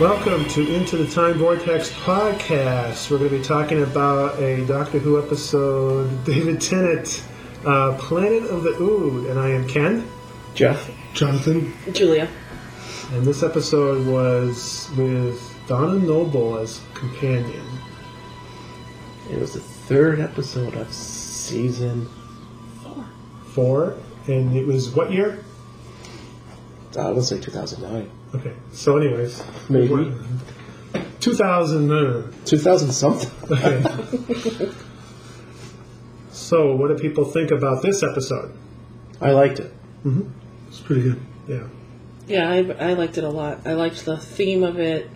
welcome to Into the Time Vortex podcast. We're going to be talking about a Doctor Who episode, David Tennant, uh, Planet of the Ood, and I am Ken. Jeff. Jonathan, Julia. And this episode was with Donna Noble as companion. It was the third episode of season. Four, and it was what year? I would say 2009, Okay, so anyways, maybe 2000. uh, 2000 something. Okay. so, what do people think about this episode? I liked it. it's pretty good. Yeah. Yeah, I, I liked it a lot. I liked the theme of it.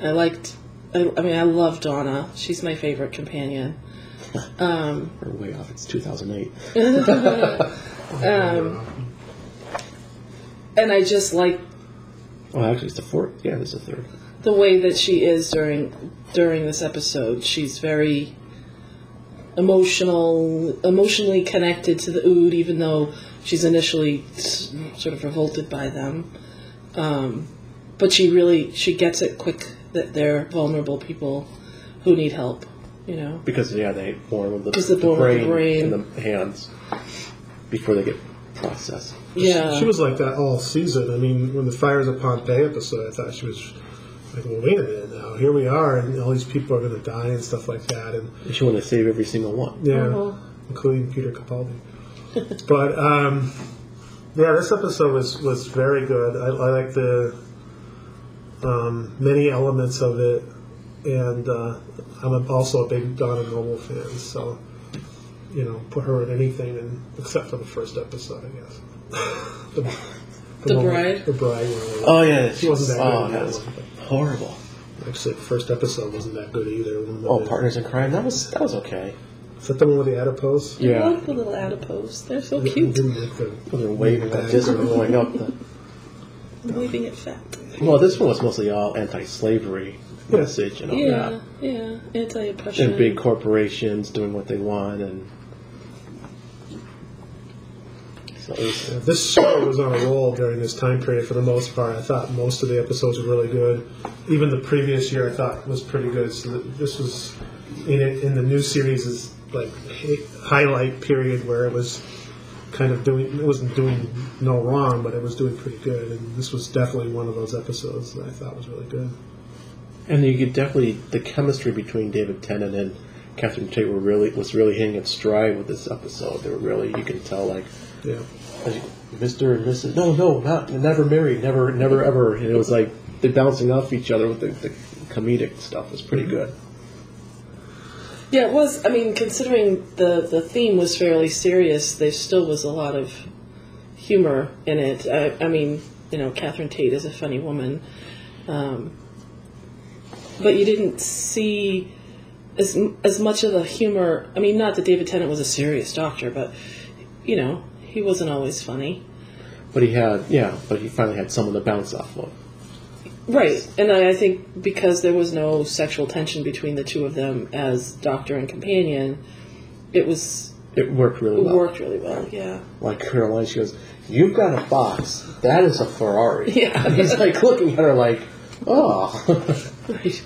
I liked. I, I mean, I love Donna. She's my favorite companion. Or way off. It's 2008. And I just like Well, Oh, actually, it's the fourth. Yeah, it's the third. the way that she is during during this episode. She's very emotional, emotionally connected to the Ood, even though she's initially s- sort of revolted by them. Um, but she really she gets it quick that they're vulnerable people who need help. You know. Because yeah, they form the, Because the form of the brain. and the hands before they get processed. Yeah. She was like that all season. I mean, when the Fires of Pompeii episode, I thought she was like, well, wait a minute now. Here we are, and all these people are going to die and stuff like that. And She wanted to save every single one. yeah, Uh-huh. including Peter Capaldi. but um, yeah, this episode was, was very good. I, I like the um, many elements of it, and uh, I'm a- also a big Donna Noble fan, so. You know, put her in anything, and except for the first episode, I guess. the, The one- Bride? The bride. where they- Oh yeah, She wasn't that Oh, good. that was horrible. Actually, the first episode wasn't that good either. One of the- Oh, partners in crime. That was that was okay. Is that the one with the adipose? I Yeah, love the little adipose. They're so I cute. didn't like the- they're waving that disc going up. The, I'm leaving it fat. well, this one was mostly all anti-slavery Yeah. message and all Yeah, that. yeah. Anti-oppression. and big corporations doing what they want and so it was, This show was on a roll during this time period for the most part. I thought most of the episodes were really good. Even the previous year, I thought was pretty good. So th- this was in it, in the new series is like hi- highlight period where it was kind of doing it wasn't doing no wrong, but it was doing pretty good. And this was definitely one of those episodes that I thought was really good. and you could definitely the chemistry between David Tennant and Catherine Tate were really was really hitting its stride with this episode. They were really you can tell like Yeah. like, Mr. and Mrs. No, no, not never married, never, never, ever. And it was like they're bouncing off each other with the, the comedic stuff. was pretty good. Yeah, it was. I mean, considering the the theme was fairly serious, there still was a lot of humor in it. I, I mean, you know, Catherine Tate is a funny woman, um, but you didn't see as m- as much of the humor. I mean, not that David Tennant was a serious doctor, but you know, he wasn't always funny. But he had yeah, but he finally had someone to bounce off of. Right, and I, I think because there was no sexual tension between the two of them as doctor and companion, it was It worked really it well. worked really well. Yeah, like Caroline, she goes, "You've got a box. That is a Ferrari." Yeah. And he's like looking at her like, "Oh, right.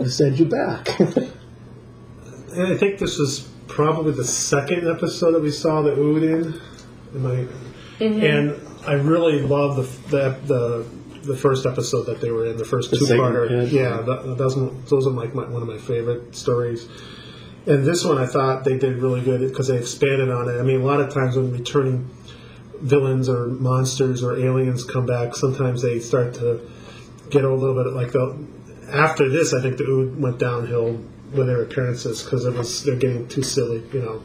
I send you back." And I think this is probably the second episode that we saw the Ood in. Am I- And I really love the, the the the first episode that they were in, the first The two parter. Sacred Pit. Yeah, that, that's one- those are like my, one of my favorite stories. And this one, I thought they did really good because they expanded on it. I mean, a lot of times when returning villains or monsters or aliens come back, sometimes they start to get a little bit like the. After this, I think the Ood went downhill with their appearances because it was they're getting too silly. You know,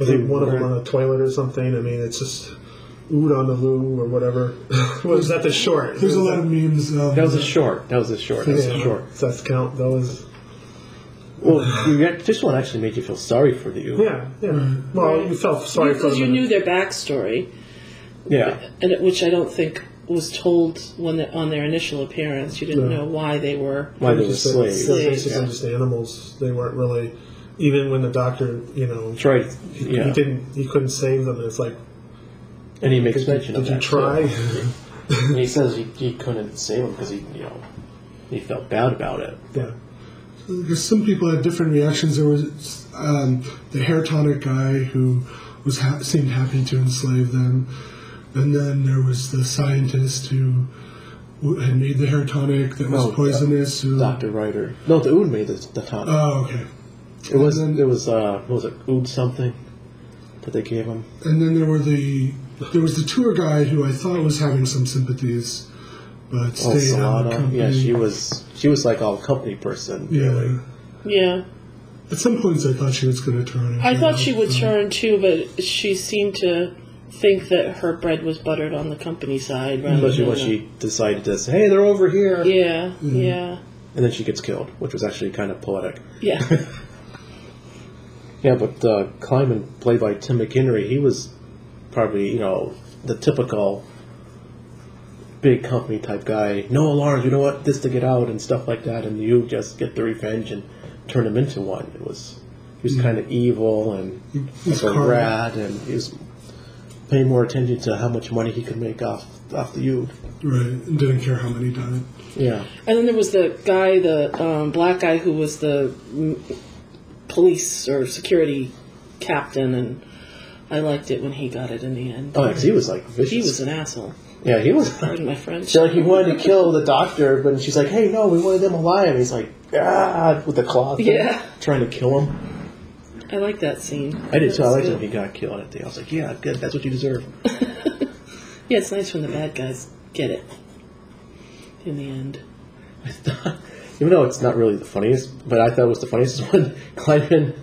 I think one of them on the toilet or something. I mean, it's just Ood on the loo or whatever. was that the short? There's a lot of memes. Um, that was a short. That was a short. That was a Yeah. short. So that's count. That was Well, you got, this one actually made you feel sorry for the Uber. yeah, yeah. Well, you felt sorry for because you them. knew their backstory, Yeah. and it, which I don't think was told when they, on their initial appearance. You didn't No. know why they were. Why they were just like- slaves. They were Slaves, basically just animals. They weren't really, even when the doctor, you know, That's right. he Yeah. didn't, he couldn't save them. It's like, And he makes did, mention did of you that. try? too. And he says he, he couldn't save him because he, you know, He felt bad about it. Yeah. Because some people had different reactions. There was um, the hair tonic guy who was ha- seemed happy to enslave them, and then there was the scientist who w- had made the hair tonic that was Oh, yeah. poisonous. Who, Doctor Ryder. No, the Ood made the, the tonic. Oh, okay. it was it was uh what was it Ood something that they gave him. And then there were the there was the tour guide who I thought was having some sympathies, but Oh, stayed out of Solana. company. Yeah, she was she was like all company person. Yeah. Really. Yeah. At some points, I thought she was going to turn. I into thought a- she would uh, turn too, but she seemed to think that her bread was buttered on the company side rather Especially than when the- she Mm-hmm. decided to say, "Hey, they're over here," Yeah, yeah, and then she gets killed, which was actually kind of poetic. yeah. Yeah, but uh, Kleiman, played by Tim McHenry, he was probably you know the typical big company type guy. No alarms, you know what? This to get out and stuff like that, and you just get the revenge and turn him into one. It was he was kind of evil and he's like a carnal. rat, and he was paying more attention to how much money he could make off off the Ute. Right, and didn't care how many died. Yeah, and then there was the guy, the um, black guy who was the mm, police or security captain, and I liked it when he got it in the end. oh, 'cause he was like vicious. He was an asshole. yeah, he was. Pardon my French. So like he wanted to kill the doctor, but she's like, "Hey, no, we wanted them alive." And he's like, "Ah!" with the claw, thing, Yeah. trying to kill him. I like that scene. I did too. I That's liked it good. when he got killed. At the, I was like, "Yeah, good. That's what you deserve." Yeah, it's nice when the bad guys get it in the end. Even though it's not really the funniest, but I thought it was the funniest is when Kleinman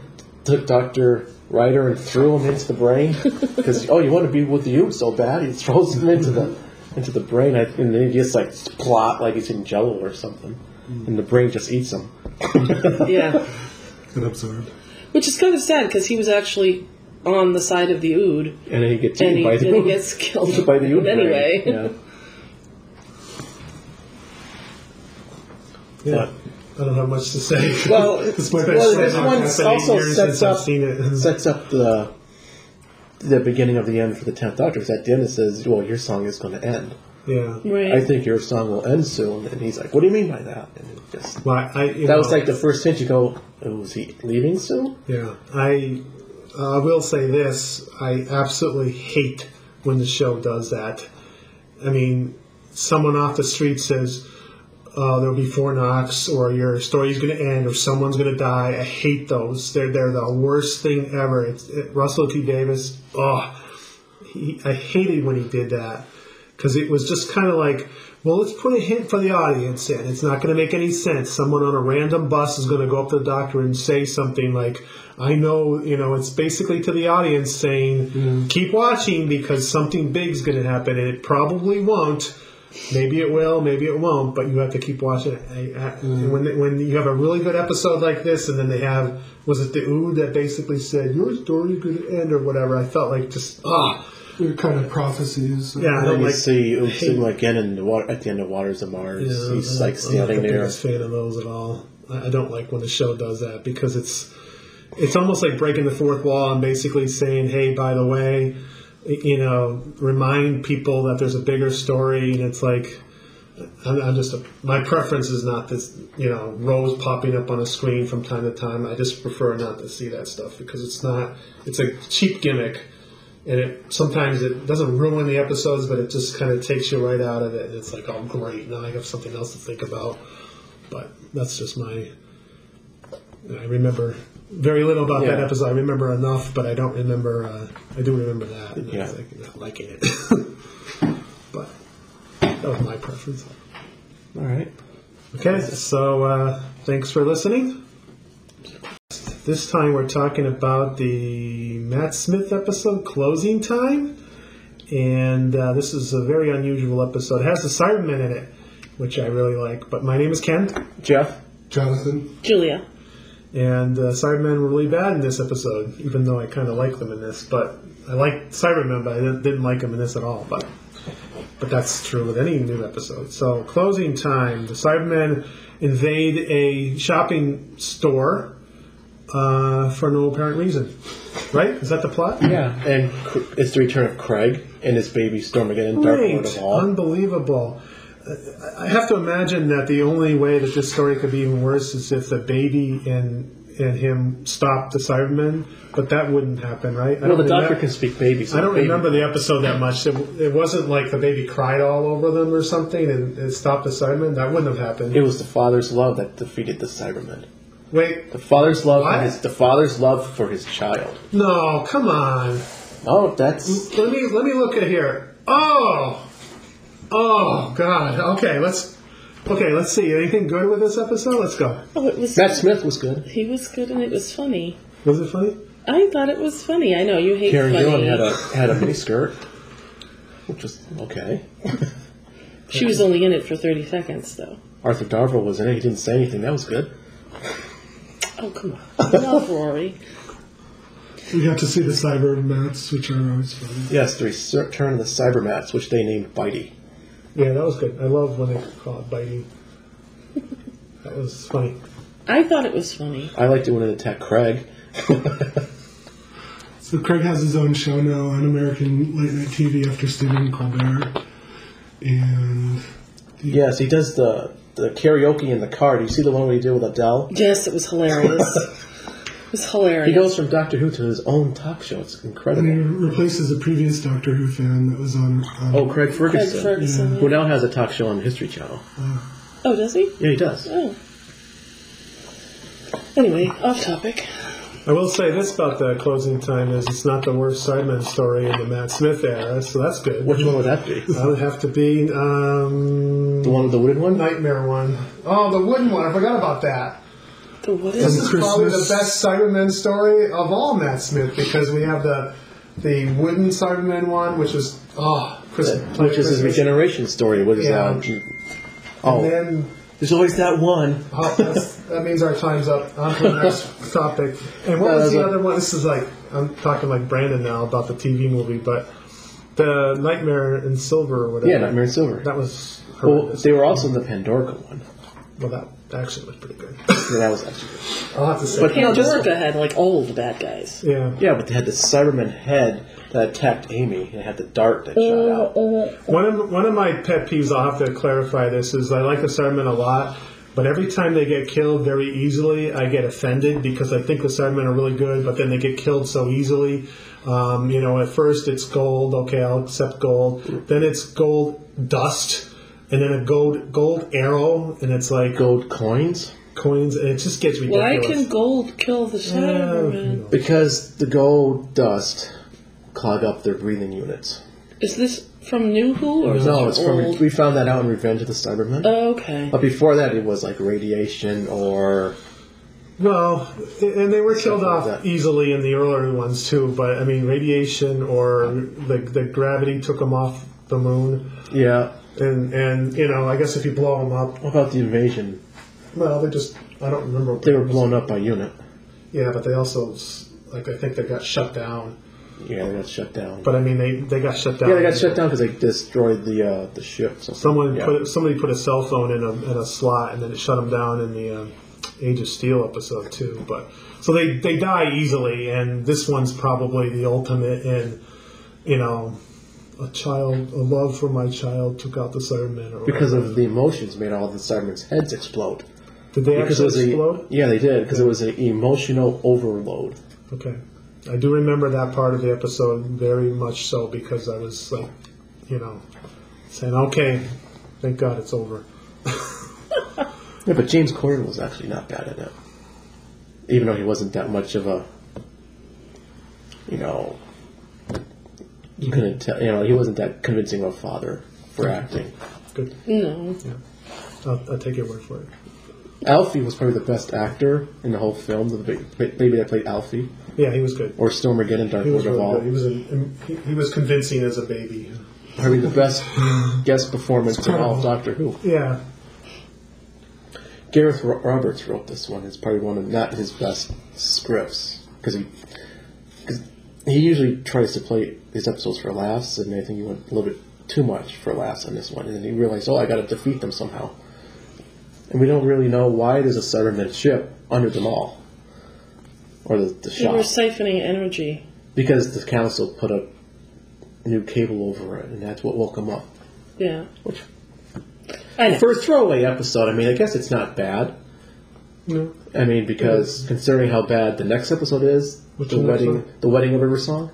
took Doctor Ryder and threw him into the brain because oh, you want to be with you so bad, he throws him into the into the brain, I, and then he just like plot like he's in Jello or something, Mm. and the brain just eats him. Yeah. And absorbed. Which is kind of sad because he was actually on the side of the Ood And then he gets and eaten he, by the then he gets killed by the Ood brain. anyway. Yeah. Yeah. I don't have much to say. Well, It's my best well, show this on one Castle in eight also years sets since I've up- seen it. sets up the the beginning of the end for the tenth Doctor. Because at the end it says, "Well, your song is going to end. yeah. Right. I think your song will end soon." And he's like, "What do you mean by that?" And it just Well, I, I, you that was know, like the first hint. You go, oh, "Was he leaving soon?" Yeah, I uh, will say this: I absolutely hate when the show does that. I mean, someone off the street says uh, there'll be four knocks, or your story's going to end, or someone's going to die. I hate those. They're they're the worst thing ever. It's it, Russell T Davis. Oh, he, I hated when he did that because it was just kind of like, well, let's put a hint for the audience in. It's not going to make any sense. Someone on a random bus is going to go up to the doctor and say something like, I know, you know, it's basically to the audience saying, Mm. keep watching because something big's going to happen and it probably won't. Maybe it will, maybe it won't, but you have to keep watching it. I, I, Mm. When when you have a really good episode like this, and then they have was it the ooh that basically said your story's going to end or whatever, I felt like just ah They're kind of prophecies. yeah. I And then don't you like see Utsuma again in the water at the end of Waters of Mars. Yeah, he's I'm like not- standing I'm not the there. biggest fan of those at all. I I don't like when the show does that because it's it's almost like breaking the fourth wall and basically saying, "Hey, by the way, y- you know, remind people that there's a bigger story." And it's like, I'm, I'm just my preference is not this, you know, rose popping up on a screen from time to time. I just prefer not to see that stuff because it's not it's a cheap gimmick. And it sometimes it doesn't ruin the episodes, but it just kind of takes you right out of it. And it's like, oh, great! Now I have something else to think about. But that's just my. I remember very little about that Yeah. episode. I remember enough, but I don't remember. Uh, I do remember that. And I Yeah. was like not liking it. but that was my preference. All right. Okay, so uh, thanks for listening. This time we're talking about the Matt Smith episode, Closing Time. And uh, this is a very unusual episode. It has the Cybermen in it, which I really like. But my name is Ken, Jeff. Jonathan. Julia. and uh, Cybermen were really bad in this episode, even though I kind of like them in this. But I like Cybermen, but I didn't, didn't like them in this at all. But but that's true with any new episode. So, closing time. The Cybermen invade a shopping store uh, for no apparent reason. Right? Is that the plot? Yeah. And Cr- it's the return of Craig and his baby Stormageddon, Dark Lord Great. of All. Unbelievable. I have to imagine that the only way that this story could be even worse is if the baby and and him stopped the Cybermen, but that wouldn't happen, right? I Well, the don't doctor remem- can speak babies. I don't Baby- remember the episode that much. It, it wasn't like the baby cried all over them or something and it stopped the Cybermen. That wouldn't have happened. It was the father's love that defeated the Cybermen. Wait, The father's love. For What? his, the father's love for his child. no, come on. Oh, that's Let me let me look at here. Oh, oh God. Okay, let's. Okay, let's see. Anything good with this episode? Let's go. Oh, it was. Matt Smith was good. he was good and it was funny. Was it funny? I thought it was funny. I know you hate Karen funny. Gillan had a had a mini skirt, which was okay. she was only in it for 30 seconds, though. Arthur Darvill was in it. He didn't say anything. That was good. Oh, come on. Love Rory. We got to see the cyber mats, which are always fun. Yes, the return of the Cybermats, which they named Bitey. Yeah, that was good. I love when they call it biting. That was funny. I thought it was funny. I liked it when it attacked Craig. So Craig has his own show now on American late night TV after Stephen Colbert, and Yes, he does the the karaoke in the car. Do you see the one where he did with Adele? Yes, it was hilarious. it was hilarious. He goes from Doctor Who to his own talk show. It's and he incredible. replaces a previous Doctor Who fan that was on. on Oh, Craig Craig Ferguson, Mm-hmm. Ferguson. who now has a talk show on the History Channel. Oh, does he? Yeah, he does. Oh. Anyway, off topic. I will say this about the closing time is it's not the worst Sidemen story in the Matt Smith era, so that's good. Which one would that be? That would have to be um, The one with the wooden one? nightmare one. Oh, the wooden one. I forgot about that. The what This is is probably the Christmas. best Cybermen story of all Matt Smith because we have the the wooden Cybermen one, which is oh, Chris, Which is his regeneration story. What is Yeah. that? And Oh, then there's always that one. oh, that's, that means our time's up. On to the next topic. And what No, was the that's- other one? This is like I'm talking like Brandon now about the TV movie, but the Nightmare in Silver or whatever. Yeah, Nightmare in Silver. That was Well, horrendous. they were also in the Pandorica one. Well, that actually was pretty good. Yeah, that was actually good. I'll have to say. But you know, just Pandora had like all the bad guys. yeah. yeah, but they had the Cyberman head that attacked Amy. and It had the dart that Oh, shot Uh, out. One of one of my pet peeves, I'll have to clarify this, is I like the Cybermen a lot, but every time they get killed very easily, I get offended because I think the Cybermen are really good, but then they get killed so easily. Um, you know, at first it's gold, okay, I'll accept gold. Then it's gold dust, and then a gold gold arrow, and it's like Gold coins. coins, and it just gets Why ridiculous. can gold kill the Cyberman? Because the gold dust clog up their breathing units. Is this from New Who or is No, it it's from Oh, old? we found that out in Revenge of the Cybermen. Okay. but before that, it was like radiation or Well, and they were killed like off that. easily in the earlier ones too. But I mean, radiation or the the gravity took them off the moon, yeah. and and you know, I guess if you blow them up, What about the invasion? well, they just I don't remember. what They were blown up by unit. Yeah, but they also s- like I think they got shut down. Yeah, they got shut down. But I mean, they they got shut down. yeah, they got shut down because they destroyed the uh, the ship. So Someone yeah. put somebody put a cell phone in a in a slot, and then it shut them down in the um Age of Steel episode too. But so they they die easily, and this one's probably the ultimate in you know a child a love for my child took out the Cybermen or because whatever. of the emotions made all the Cybermen's heads explode. did they Because actually it was a explode? yeah, they did because it was an emotional overload. Okay, I do remember that part of the episode very much so because I was like you know saying okay, thank God it's over. Yeah, but James Corden was actually not bad at it, even though he wasn't that much of a, you know, you couldn't tell. You know, he wasn't that convincing of a father for acting. Good, No. I'll, I'll take your word for it. Alfie was probably the best actor in the whole film. The big- baby that played Alfie, Yeah, he was good. or Stormageddon, Dark He was Lord of really All. good. He was a, he, he was convincing as a baby. Probably the best guest performance in all of Doctor Who. Yeah, Gareth Ro- Roberts wrote this one. It's probably one of not his best scripts because he cause he usually tries to play his episodes for laughs, and I think he went a little bit too much for laughs on this one. And then he realized, oh, I got to defeat them somehow. And we don't really know why there's a Cyberman ship under them all, or the, the They were shop, siphoning energy. because the council put a new cable over it, and that's what woke him up. Yeah. Which I know. For a throwaway episode, I mean, I guess it's not bad. No. I mean, because considering how bad the next episode is, What's the the next wedding, one? the wedding of River Song.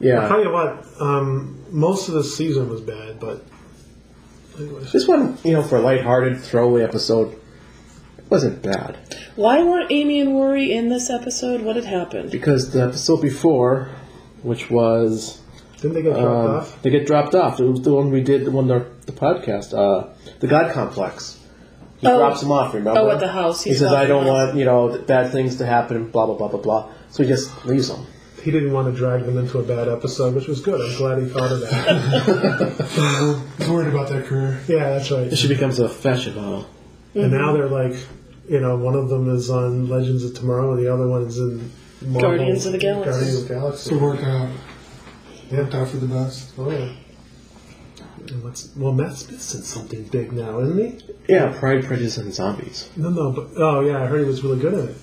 I'll Yeah, tell you what, um, most of the season was bad, but anyways. this one, you know, for a lighthearted throwaway episode, wasn't bad Why weren't Amy and Rory in this episode? What had happened? because the episode before, which was didn't they get dropped um, off? they get dropped off. It was the one we did the one the, the podcast, uh, the God Complex. He Oh. drops him off. Remember? Oh, at the house, He he's says, off "I the don't house." want you know th- bad things to happen." Blah blah blah blah blah. So he just leaves him. He didn't want to drag them into a bad episode, which was good. I'm glad he thought of that. I was worried about that career. yeah, that's right. She becomes a uh, fashion model. And now they're like, you know, one of them is on Legends of Tomorrow, and the other one's in Marvel- Guardians of the Galaxy. Guardians of the So Galaxy. it worked out. It worked out for the best. Oh, yeah. And what's, well, Matt Smith's in something big now, isn't he? Yeah, Pride, Prejudice, and Zombies. No, no, but oh yeah, I heard he was really good at it.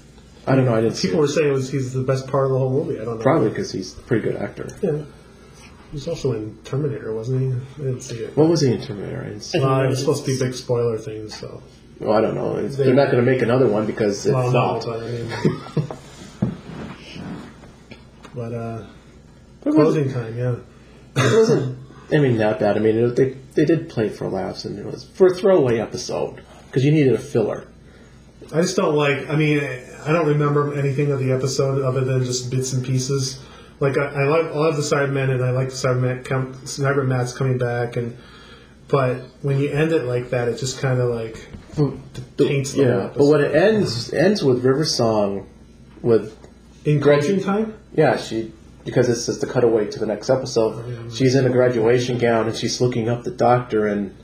I don't know. I didn't see. People were It. saying it was, he's the best part of the whole movie. I don't know. Probably because he's a pretty good actor. Yeah. He was also in Terminator, wasn't he? I didn't see it. What was he in Terminator? I didn't see. Well, it was supposed to be big spoiler things, so. Well, I don't know. It's, they're not going to make another one because it's Well, no, not. but I mean. but, uh, But it closing wasn't- time, yeah. it wasn't. I mean, not bad. I mean, it, they they did play for laughs, and it was for a throwaway episode because you needed a filler. I just don't like. I mean, I don't remember anything of the episode other than just bits and pieces. Like I, I love, I love the Cybermen, and I like the Cybermen, com, Cyber Matt's coming back, and but when you end it like that, it just kind of like Paints the whole yeah, but episode. when it ends ends with River Song, with in Gretchen- closing time. yeah she because it's just a cutaway to the next Oh, episode. She's in a graduation gown and she's looking up the doctor and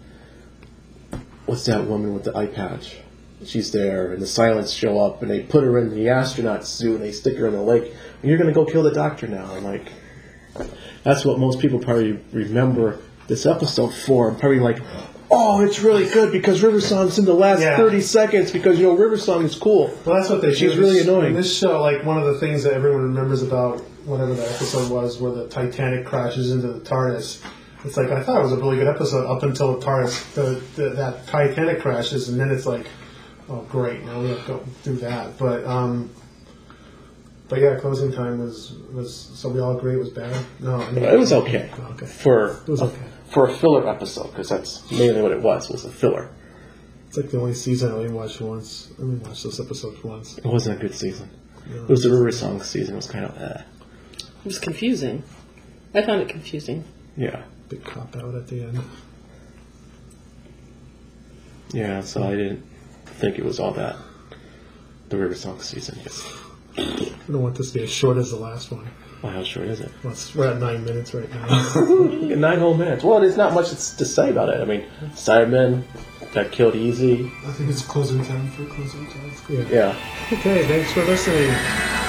what's that woman with the eye patch? She's there and the silence show up and they put her in the astronaut suit and they stick her in the lake and you're gonna go kill the doctor now and like that's what most people probably remember this episode for. and Probably like, oh, it's really good because River Song's in the last Yeah. 30 seconds because you know River Song is cool. Well, that's what they. She's do. really This- annoying. in This show, like one of the things that everyone remembers about whatever the episode was, where the Titanic crashes into the TARDIS. It's like I thought it was a really good episode up until the TARDIS, the, the, that Titanic crashes, and then it's like, oh great, now we have to go do that. But um, but yeah, closing time was was so we all agree it was bad. No, I mean, It was okay, Okay. for It was okay. for a filler episode because that's mainly what it was was a filler. It's like the only season I only watched once. I only watched those episodes once. It wasn't a good season. It was the River Song season. It was kind of eh. It was confusing. I found it confusing. yeah, Big cop out at the end. yeah. So I didn't think it was all that. The River Song season. Yes. I don't want this to be as short as the last one. Well, how short is it? Well, it's- we're at nine minutes right now. Nine whole minutes. Well, there's not much that's to say about it. I mean, Cybermen got killed easy. I think it's closing time for closing time. Yeah. Okay, thanks for listening.